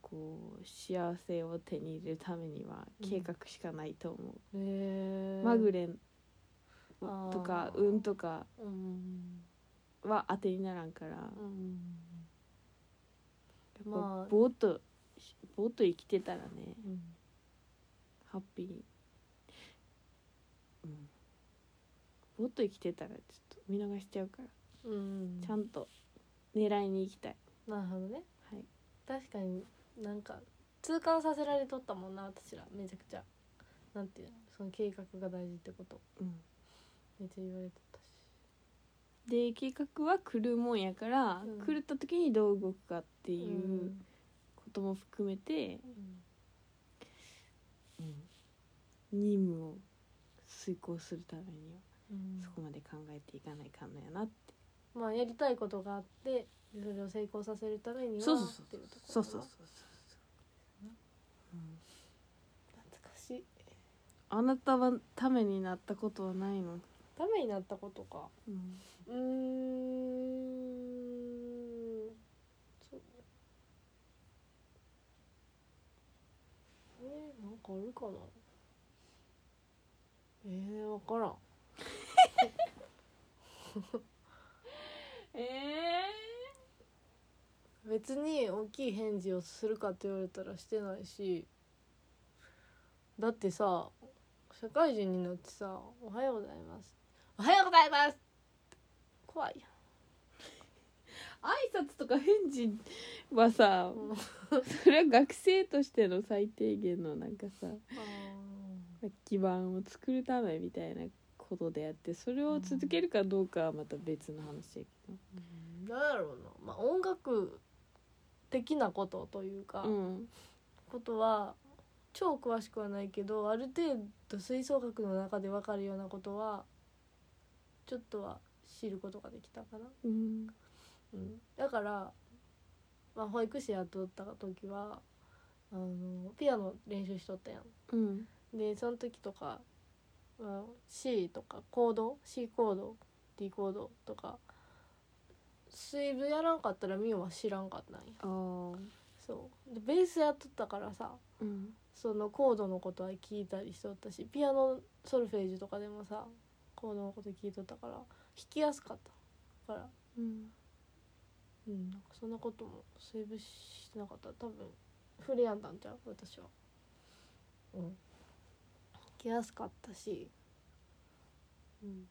Speaker 2: こう幸せを手に入れるためには
Speaker 1: うん
Speaker 2: 計画しかないと思う、
Speaker 1: へえ
Speaker 2: まぐれ
Speaker 1: あー
Speaker 2: とか運とか
Speaker 1: うん
Speaker 2: は当てにならんから、やっ
Speaker 1: うん
Speaker 2: ぱ
Speaker 1: まあ
Speaker 2: ぼーっとぼーっと生きてたらね
Speaker 1: うん
Speaker 2: ハッピーに、うん、ぼーっと生きてたらちょっと見逃しちゃうから、
Speaker 1: うん
Speaker 2: ちゃんと狙いに行きたい、
Speaker 1: なるほどね
Speaker 2: はい、
Speaker 1: 確かになんか痛感させられとったもんな私らめちゃくちゃなんていうのその計画が大事ってこと
Speaker 2: うん、
Speaker 1: めっちゃ言われてたし
Speaker 2: で計画は来るもんやから、
Speaker 1: うん
Speaker 2: 狂った時にどう動くかって
Speaker 1: う
Speaker 2: いううんことも含めて、
Speaker 1: うん
Speaker 2: 任務を遂行するためには
Speaker 1: うん
Speaker 2: そこまで考えていかないかんのやなって、
Speaker 1: まあやりたいことがあってそれを成功させるためにはっていところ
Speaker 2: そうそうそう
Speaker 1: な
Speaker 2: そううん
Speaker 1: 懐かしい
Speaker 2: あなたはためになったことはないの、
Speaker 1: ためになったことか
Speaker 2: うん
Speaker 1: うーんそうかあるかなえー、分からん
Speaker 2: ええ
Speaker 1: 別に大きい返事をするかって言われたらしてないしだってさ社会人になってさ「おはようございます」「おはようございます」怖いやん
Speaker 2: 挨拶とか返事はさ
Speaker 1: う
Speaker 2: それは学生としての最低限のなんかさ基盤を作るためみたいなことであってそれを続けるかどうかはまた別の話やけ
Speaker 1: うんなんやろうな、まあ、音楽的なことというか、
Speaker 2: どうん
Speaker 1: ことは超詳しくはないけどある程度吹奏楽の中で分かるようなことはちょっとは知ることができたかな。
Speaker 2: うん
Speaker 1: うん、だから、まあ、保育士やっとった時はあのピアノ練習しとったや
Speaker 2: うん
Speaker 1: ん。でその時とか、まあ、C とかコード C コード D コードとか水分やらんかったらミオは知らんかったんや。
Speaker 2: ああ
Speaker 1: そうでベースやっとったからさ
Speaker 2: うん
Speaker 1: そのコードのことは聞いたりしとったしピアノソルフェージュとかでもさコードのこと聞いとったから弾きやすかったから
Speaker 2: うん
Speaker 1: うんなんかそんなこともセーブしなかった多分触れやんだんちゃう私はうん弾きやすかったしうん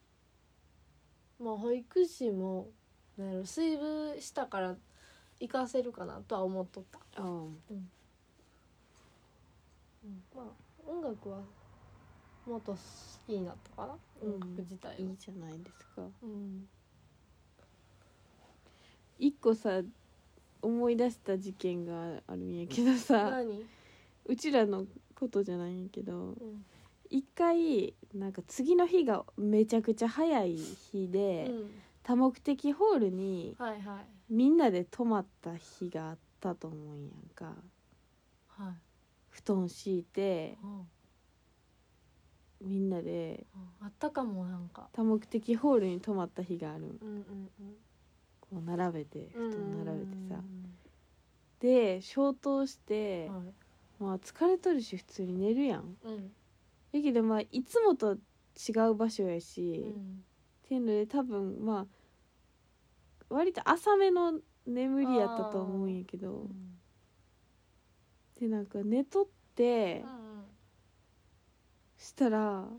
Speaker 1: まあ保育士もなんやろ水分したから行かせるかなとは思っとった
Speaker 2: ああ
Speaker 1: まあ音楽はもっと好きになったかな、
Speaker 2: うん
Speaker 1: 音楽自体はい
Speaker 2: いじゃないですか
Speaker 1: うん
Speaker 2: 一個さ思い出した事件があるんやけどさ
Speaker 1: 何、
Speaker 2: うちらのことじゃないんやけど
Speaker 1: うん
Speaker 2: 一回なんか次の日がめちゃくちゃ早い日で、
Speaker 1: うん、
Speaker 2: 多目的ホールに
Speaker 1: はいはい
Speaker 2: みんなで泊まった日があったと思うんやんか
Speaker 1: はい
Speaker 2: 布団敷いて
Speaker 1: うんうん
Speaker 2: みんなで
Speaker 1: あったかもなんか
Speaker 2: 多目的ホールに泊まった日があるん
Speaker 1: うんうんうん
Speaker 2: こう並べて
Speaker 1: う
Speaker 2: 布
Speaker 1: ん
Speaker 2: 団並べてさ
Speaker 1: うん
Speaker 2: で消灯して、
Speaker 1: は
Speaker 2: まあ疲れとるし普通に寝るやん
Speaker 1: いうん
Speaker 2: やけどまあいつもと違う場所や
Speaker 1: う
Speaker 2: し、っ
Speaker 1: ん
Speaker 2: ていうので多分まあ割と浅めの眠りやったと思うんやけ
Speaker 1: う
Speaker 2: ど
Speaker 1: ん
Speaker 2: でなんか寝とって、
Speaker 1: うん
Speaker 2: したら「あんたあ
Speaker 1: ん
Speaker 2: んた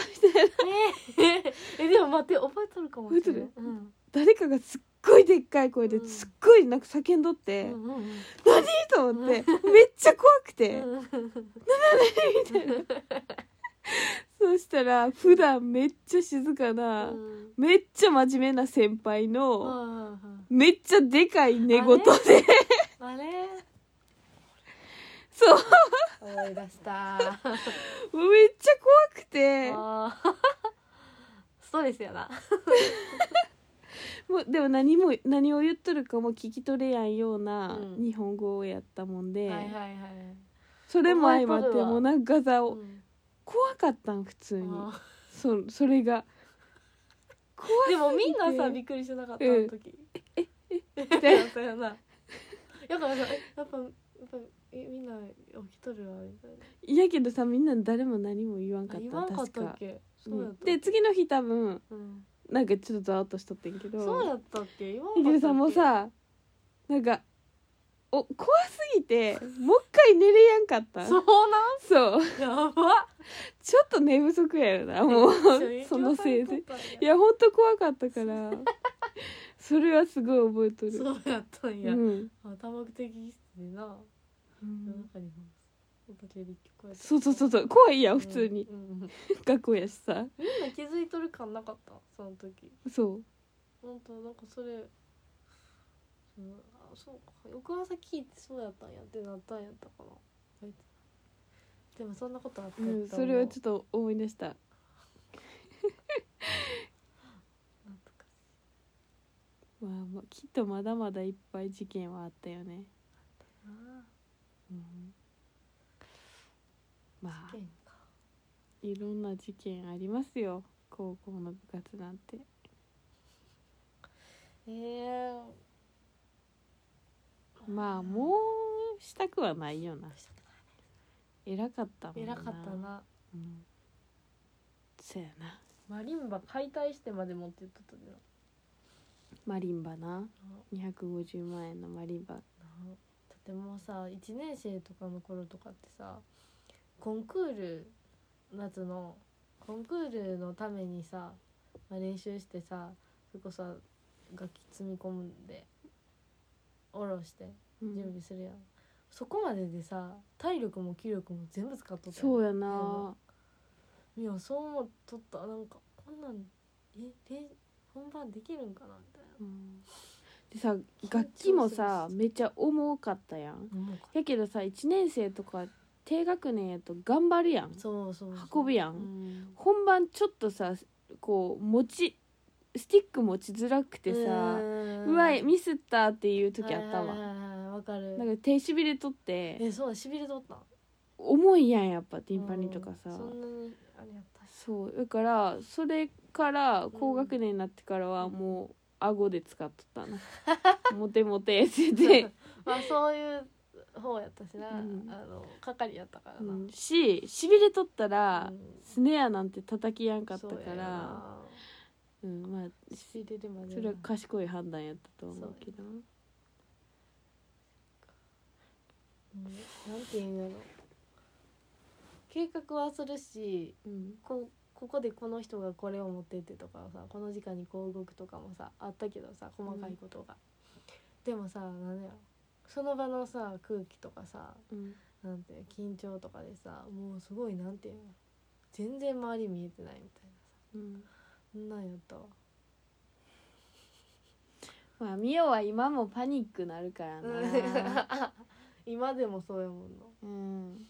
Speaker 2: あんた!」みたいな
Speaker 1: ええでも待って覚えとるかもしれな
Speaker 2: 覚
Speaker 1: い
Speaker 2: えと
Speaker 1: うんうん
Speaker 2: 誰かがすっごいでっかい声
Speaker 1: う
Speaker 2: で
Speaker 1: ん
Speaker 2: すっごいなんか叫んどって「
Speaker 1: うんうん
Speaker 2: 何?」と思ってめっちゃ怖くて、
Speaker 1: うん
Speaker 2: みたいなそうしたら普段めっちゃ静か
Speaker 1: う
Speaker 2: な、
Speaker 1: ん
Speaker 2: めっちゃ真面目な先輩の、
Speaker 1: うん
Speaker 2: めっちゃでかい寝言で
Speaker 1: あれ
Speaker 2: そう
Speaker 1: 思い出した
Speaker 2: もうめっちゃ怖くて
Speaker 1: あー ストレスやな
Speaker 2: もうでも何も何を言っとるかも聞き取れやんような
Speaker 1: うん
Speaker 2: 日本語をやったもんで、
Speaker 1: はいはいはい、
Speaker 2: それも相まっ
Speaker 1: 覚えと
Speaker 2: て
Speaker 1: るわ
Speaker 2: もうなんかさ、
Speaker 1: うん
Speaker 2: 怖かったん普通に
Speaker 1: あ
Speaker 2: そそれが怖
Speaker 1: ーでもみんなさ
Speaker 2: すぎ
Speaker 1: びっくりしてなかったあ
Speaker 2: うん
Speaker 1: の時、
Speaker 2: てで
Speaker 1: そうやなだからさえやっぱやっぱえみんな起きとるわみたい
Speaker 2: いやけどさみんな誰も何も言わん
Speaker 1: な
Speaker 2: か
Speaker 1: あ
Speaker 2: っ
Speaker 1: 言
Speaker 2: た
Speaker 1: わんかっ
Speaker 2: 確
Speaker 1: たっ
Speaker 2: か
Speaker 1: け
Speaker 2: う
Speaker 1: そうやっ
Speaker 2: ん
Speaker 1: たっけ
Speaker 2: で次の日多分
Speaker 1: うん
Speaker 2: なんかちょっとざわっとしとってんけど
Speaker 1: そうやったっけ言わん
Speaker 2: や
Speaker 1: か
Speaker 2: けど
Speaker 1: ったっけ
Speaker 2: さもうさなんかお怖すぎてもう一回寝れやんかった
Speaker 1: そう
Speaker 2: そう
Speaker 1: なんやば
Speaker 2: ちょっと寝不足やろなもう
Speaker 1: めっちゃ
Speaker 2: そのせいで
Speaker 1: 影響されとったん
Speaker 2: いやほんと怖かったからそれはすごい覚えとる
Speaker 1: そうやったんや、
Speaker 2: うん
Speaker 1: あ多目的室でな
Speaker 2: うん
Speaker 1: 夜中にも音だけで聞こえた
Speaker 2: そうそうそうそう怖いやん普通に、
Speaker 1: うんうん
Speaker 2: 学校やしさ
Speaker 1: みんな気づいとる感なかったその時
Speaker 2: そう
Speaker 1: 本当なんかそれうんあそうか翌朝聞いてそうやったんやってなったんやったかなでもそんなことあった
Speaker 2: う
Speaker 1: やった
Speaker 2: ん、それはちょ
Speaker 1: ょっ
Speaker 2: っと思い出した
Speaker 1: とか
Speaker 2: まあ、まあ、きっとまだまだいっぱい事件はあったよね、
Speaker 1: な
Speaker 2: うん、まあ
Speaker 1: あ事件か
Speaker 2: いろんな事件ありますよ高校の部活なんて
Speaker 1: ええ
Speaker 2: まあもうしたくはないよな偉かったもん
Speaker 1: 偉かったな
Speaker 2: うんそうやな
Speaker 1: マリンバ解体してまで持ってっとったでな
Speaker 2: マリンバな250万円のマリンバ
Speaker 1: なだってもうさ1年生とかの頃とかってさコンクール夏のコンクールのためにさ、まあ、練習してさそれこそ楽器積み込んで下ろして
Speaker 2: うん
Speaker 1: 準備するやん、そこまででさ体力も気力も全部使っとったよ
Speaker 2: そうやな
Speaker 1: みやそう思っとったなんかこんなんえれ本番できるんかなみたい
Speaker 2: うんでさ楽器もさ
Speaker 1: 緊張するし
Speaker 2: めっちゃ重かったやん
Speaker 1: な思うか
Speaker 2: やけどさ1年生とか低学年やと頑張るやん
Speaker 1: そうそうそう
Speaker 2: 運ぶやん
Speaker 1: うん
Speaker 2: 本番ちょっとさこう持ちスティック持ちづらくてさうわ
Speaker 1: い
Speaker 2: ミスったっていう時あった
Speaker 1: はい
Speaker 2: わ
Speaker 1: はいはいはいわかる
Speaker 2: なんか手しびれとって
Speaker 1: えそうだしびれとった
Speaker 2: 重いやんやっぱティンパニとかさ
Speaker 1: うんそんなにあれやったし
Speaker 2: そうだからそれから高学年になってからはもう顎で使っとった な「モテモテ」って言って、
Speaker 1: まあそういう方やったしな、
Speaker 2: うん
Speaker 1: あの係やったから
Speaker 2: う
Speaker 1: な、
Speaker 2: んししびれとったら
Speaker 1: うん
Speaker 2: スネアなんて叩きやんかった
Speaker 1: そうや
Speaker 2: か
Speaker 1: よ
Speaker 2: ら
Speaker 1: な
Speaker 2: うんまあ
Speaker 1: しびれるまで
Speaker 2: それは賢い判断やったと思うけど
Speaker 1: うんなんていうんやろ計画はするし
Speaker 2: うん
Speaker 1: こここでこの人がこれを持ってってとかさこの時間にこう動くとかもさあったけどさ細かいことが、でもさ何やろその場のさ空気とかさ
Speaker 2: うん
Speaker 1: なんていうの緊張とかでさもうすごいなんていうの全然周り見えてないみたいなさ
Speaker 2: うん
Speaker 1: そんなんやったわ
Speaker 2: まあミオは今もパニックなるからな
Speaker 1: 今でもそうやもんな、
Speaker 2: うん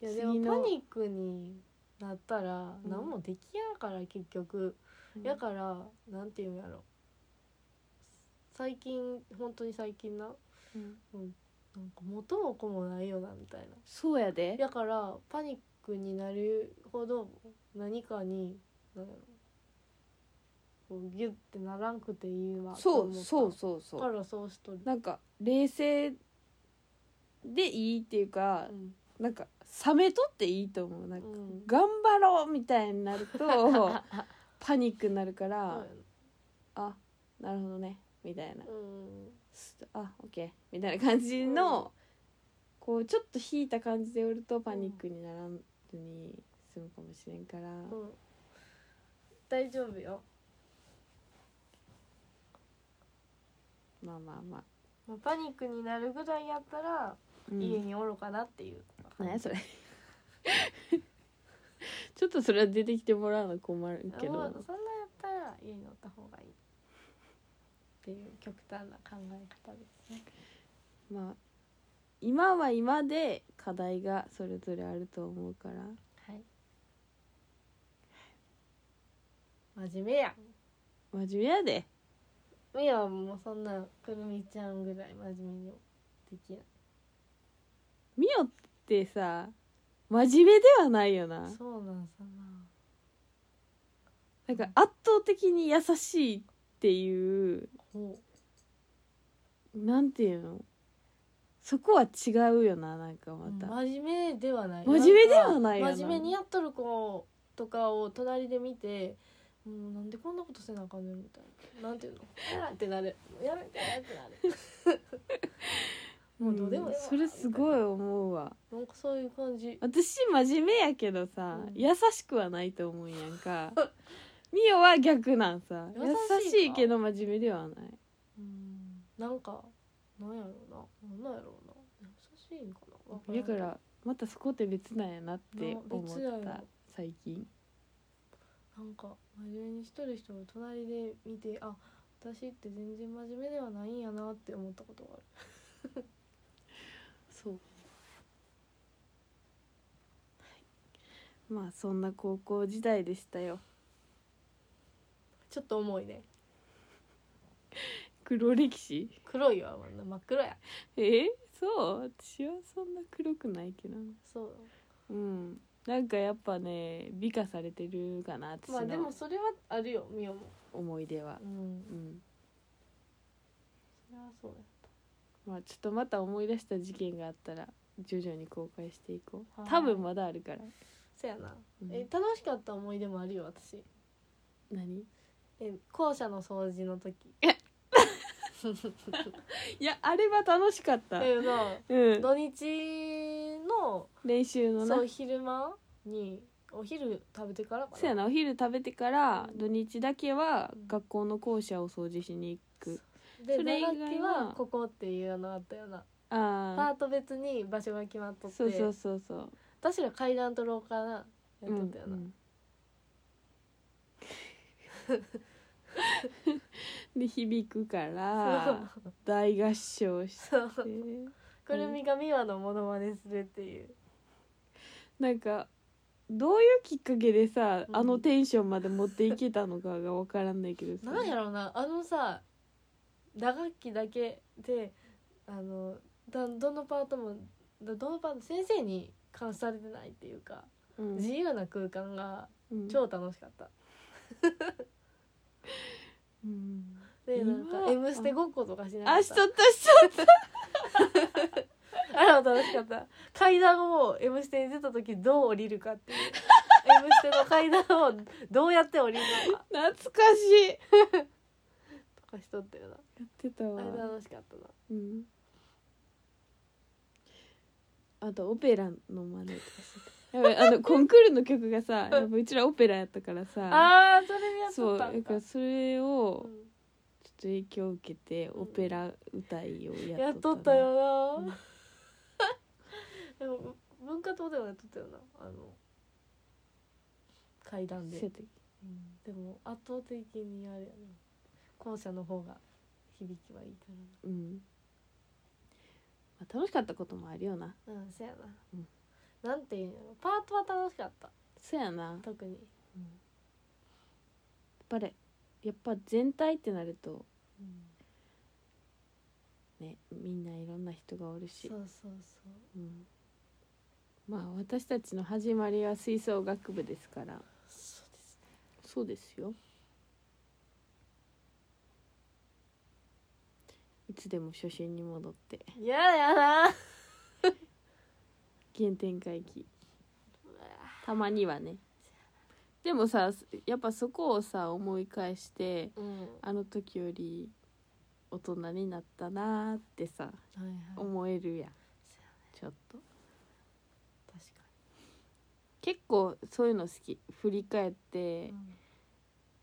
Speaker 1: いやで
Speaker 2: 次
Speaker 1: も
Speaker 2: の
Speaker 1: パニックになったら
Speaker 2: うん
Speaker 1: 何もできやんから結局。やからなんていうんやろ最近本当に最近な
Speaker 2: うん
Speaker 1: なんか元も子もないよなみたいな
Speaker 2: そうやで
Speaker 1: やからパニックになるほど何かになんやろこうギュッてならんくていいわと
Speaker 2: そ
Speaker 1: 思っ
Speaker 2: う
Speaker 1: た
Speaker 2: そうそうそう
Speaker 1: からそうしとる、
Speaker 2: なんか冷静でいいっていうか
Speaker 1: うん
Speaker 2: なんか冷めとっていいと思うなんか
Speaker 1: うん
Speaker 2: 頑張ろうみたいになる とパニックになるか
Speaker 1: そう
Speaker 2: ら
Speaker 1: や
Speaker 2: あなるほどねみたいな
Speaker 1: なうん
Speaker 2: すあオッケーみたいな感じのこうちょっと引いた感じでおるとパニックにならんずに済むかもしれんから
Speaker 1: うん大丈夫よ、
Speaker 2: まあまあまあ
Speaker 1: まあ、パニックになるぐらいやったら
Speaker 2: うん
Speaker 1: 家におろうかなっていう、
Speaker 2: 何やそれ ちょっとそれは出てきてもらうの困る
Speaker 1: あ
Speaker 2: け
Speaker 1: も
Speaker 2: ど
Speaker 1: うそんなんやったら家におった方がいいっていう極端な考え方ですね
Speaker 2: まあ今は今で課題がそれぞれあると思うから
Speaker 1: はい真面目や
Speaker 2: 真面目やで
Speaker 1: みやはもうそんなくるみちゃんぐらい真面目にできない
Speaker 2: ミオってさ真面目ではないよな
Speaker 1: そうなんさな
Speaker 2: なんか圧倒的に優しいっていう
Speaker 1: ほ
Speaker 2: なんていうのそこは違うよななんかまた、
Speaker 1: 真面目ではない
Speaker 2: 真面目ではないよなん
Speaker 1: か真面目にやっとる子とかを隣で見てもうなんでこんなことせなあかんねんみたいななんてい うのやらってなるやらってなるってなるもうどうでもええわ
Speaker 2: んそれすごい思うわ
Speaker 1: なんかそういう感じ。
Speaker 2: 私真面目やけどさ、
Speaker 1: うん
Speaker 2: 優しくはないと思うんやんかミオは逆なんさ
Speaker 1: 優
Speaker 2: 優
Speaker 1: しいか
Speaker 2: しいけど真面目ではない
Speaker 1: うん、なんか、なんやろうな、なんやろうな、優しいんかな。わ
Speaker 2: だ
Speaker 1: んけ
Speaker 2: か
Speaker 1: ど
Speaker 2: らまたそこって別なんやなって思
Speaker 1: な別や
Speaker 2: っ
Speaker 1: よ
Speaker 2: た最近
Speaker 1: なんか、真面目にしとる人を隣で見て、あ、私って全然真面目ではないんやなって思ったことがある。
Speaker 2: そう、はい、まあそんな高校時代でしたよ
Speaker 1: ちょっと重いね。
Speaker 2: 黒歴 史
Speaker 1: 黒いわ、真っ黒や。
Speaker 2: えそう私はそんな黒くないけど
Speaker 1: そう。
Speaker 2: うんなんかやっぱね美化されてるかな私
Speaker 1: まあ、でも、
Speaker 2: の
Speaker 1: それはあるよ、みよも。
Speaker 2: 思い出は
Speaker 1: うん
Speaker 2: う、ん
Speaker 1: それはそうや。
Speaker 2: まあちょっとまた思い出した事件があったら徐々に公開していこう
Speaker 1: はい
Speaker 2: 多分まだあるから
Speaker 1: そやな、
Speaker 2: うん
Speaker 1: え楽しかった思い出もあるよ私
Speaker 2: 何
Speaker 1: え校舎の掃除の時
Speaker 2: いやあれは楽しかった
Speaker 1: えな
Speaker 2: うん
Speaker 1: 土日の
Speaker 2: 練習のな
Speaker 1: そう昼間にお昼食べてからかな
Speaker 2: そうやなお昼食べてから
Speaker 1: うん
Speaker 2: 土日だけは
Speaker 1: うん
Speaker 2: 学校の校舎を掃除しに行く
Speaker 1: で
Speaker 2: それ以外は
Speaker 1: 奈良木はここっていうのがあったようなパ
Speaker 2: あ
Speaker 1: ート別に場所が決まっ
Speaker 2: あ
Speaker 1: とって
Speaker 2: そうそうそうそう
Speaker 1: 私ら階段と廊下なやっ
Speaker 2: うん
Speaker 1: とったよな、
Speaker 2: うん で響くから大合唱して
Speaker 1: そうくるみが美和のモノマネするっていう
Speaker 2: なんかどういうきっかけでさ、
Speaker 1: うん
Speaker 2: あのテンションまで持っていけたのかが分からんないけどさ
Speaker 1: なんやろうなあのさ打楽器だけであのだどのパートもどどのパート先生に監視されてないっていうか、
Speaker 2: うん
Speaker 1: 自由な空間が
Speaker 2: うん
Speaker 1: 超楽しかった、
Speaker 2: うん
Speaker 1: でなんか「
Speaker 2: 今
Speaker 1: M ステ」ごっことかしなか
Speaker 2: あ
Speaker 1: っ
Speaker 2: したとったしとった
Speaker 1: あれも楽しかった階段を「M ステ」に出た時どう降りるかっていう「M ステ」の階段をどうやって降りるのか
Speaker 2: 懐かしいや
Speaker 1: とかしとったよな
Speaker 2: ってたわ
Speaker 1: あれ楽しかったな
Speaker 2: うんあとオペラの真似とかしてたやばいあのコンクールの曲がさやっぱうちらオペラやったからさ
Speaker 1: あーそれでやっ
Speaker 2: そ
Speaker 1: と
Speaker 2: う
Speaker 1: っ
Speaker 2: だ
Speaker 1: たん
Speaker 2: か
Speaker 1: から
Speaker 2: それ
Speaker 1: う
Speaker 2: をちょっ
Speaker 1: ん
Speaker 2: と影響を受けて
Speaker 1: うん
Speaker 2: オペラ歌いを
Speaker 1: や
Speaker 2: やっ
Speaker 1: っと
Speaker 2: とっ
Speaker 1: っ
Speaker 2: たたな
Speaker 1: よ
Speaker 2: うん
Speaker 1: な、でも文化党でもやっとったよなあの階段で
Speaker 2: そうやっ、たっ
Speaker 1: うんでも圧倒的にあれやな校舎の方が響きはいいか
Speaker 2: けうんまあ楽しかったこともあるよな
Speaker 1: らなうんそやな、
Speaker 2: うん
Speaker 1: なんていうんやろパートは楽しかった
Speaker 2: そうやな
Speaker 1: 特に
Speaker 2: やっぱりやっぱ全体ってなると
Speaker 1: うん
Speaker 2: ねみんないろんな人がおるし
Speaker 1: そうそうそう
Speaker 2: うんまあ私たちの始まりは吹奏楽部ですから
Speaker 1: そうです
Speaker 2: そうですよいつでも初心に戻って
Speaker 1: やだやだ
Speaker 2: 原点回帰たまにはねでもさやっぱそこをさ思い返して
Speaker 1: うんは
Speaker 2: あの時より大人になったなーってさ
Speaker 1: いはい確か
Speaker 2: 思えるやんちょっと結構そういうの好き振り返って
Speaker 1: に、うん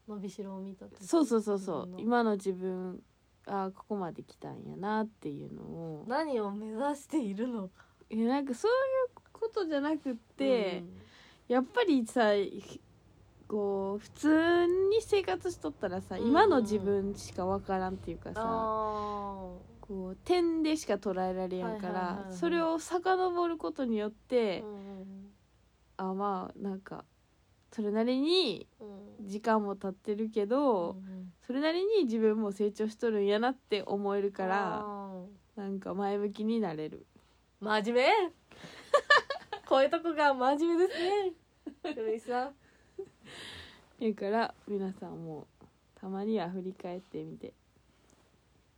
Speaker 1: 伸びしろを見た時
Speaker 2: そうそうそうそ
Speaker 1: 自分
Speaker 2: う
Speaker 1: の
Speaker 2: 今の自分あーここまで来たんやなっていうのを
Speaker 1: 何を目指しているのか
Speaker 2: えなんかそういうことじゃなくって、
Speaker 1: うん
Speaker 2: やっぱりさひこう普通に生活しとったらさ、
Speaker 1: うんうん
Speaker 2: 今の自分しかわからんっていうかさ
Speaker 1: あ
Speaker 2: こう点でしか捉えられやんから、
Speaker 1: はいはいはいはい
Speaker 2: それを遡ることによって、
Speaker 1: ーうん
Speaker 2: あまあなんかそれなりに
Speaker 1: うん
Speaker 2: 時間も経ってるけど、
Speaker 1: うん
Speaker 2: それなりに自分も成長しとるんやなって思えるか
Speaker 1: あ
Speaker 2: ら
Speaker 1: ー
Speaker 2: なんか前向きになれる
Speaker 1: 真 面目こういうとこが真面目ですねルイさん
Speaker 2: だから皆さんもたまには振り返ってみて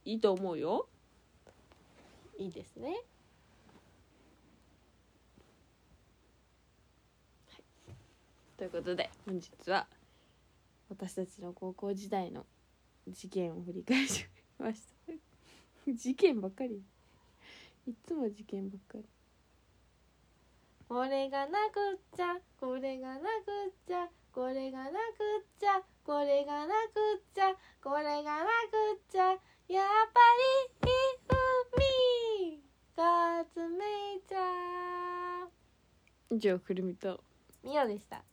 Speaker 2: いいと思うよ
Speaker 1: いいですね
Speaker 2: ということで本日は私たちの高校時代の事件を振り返りました 事件ばっかりいつも事件ばっかり
Speaker 1: これがなくっちゃこれがなくっちゃこれがなくっちゃこれがなくっちゃこれがなくっちゃやっぱり海が詰めちゃう
Speaker 2: 以上くるみと
Speaker 1: ミオでした。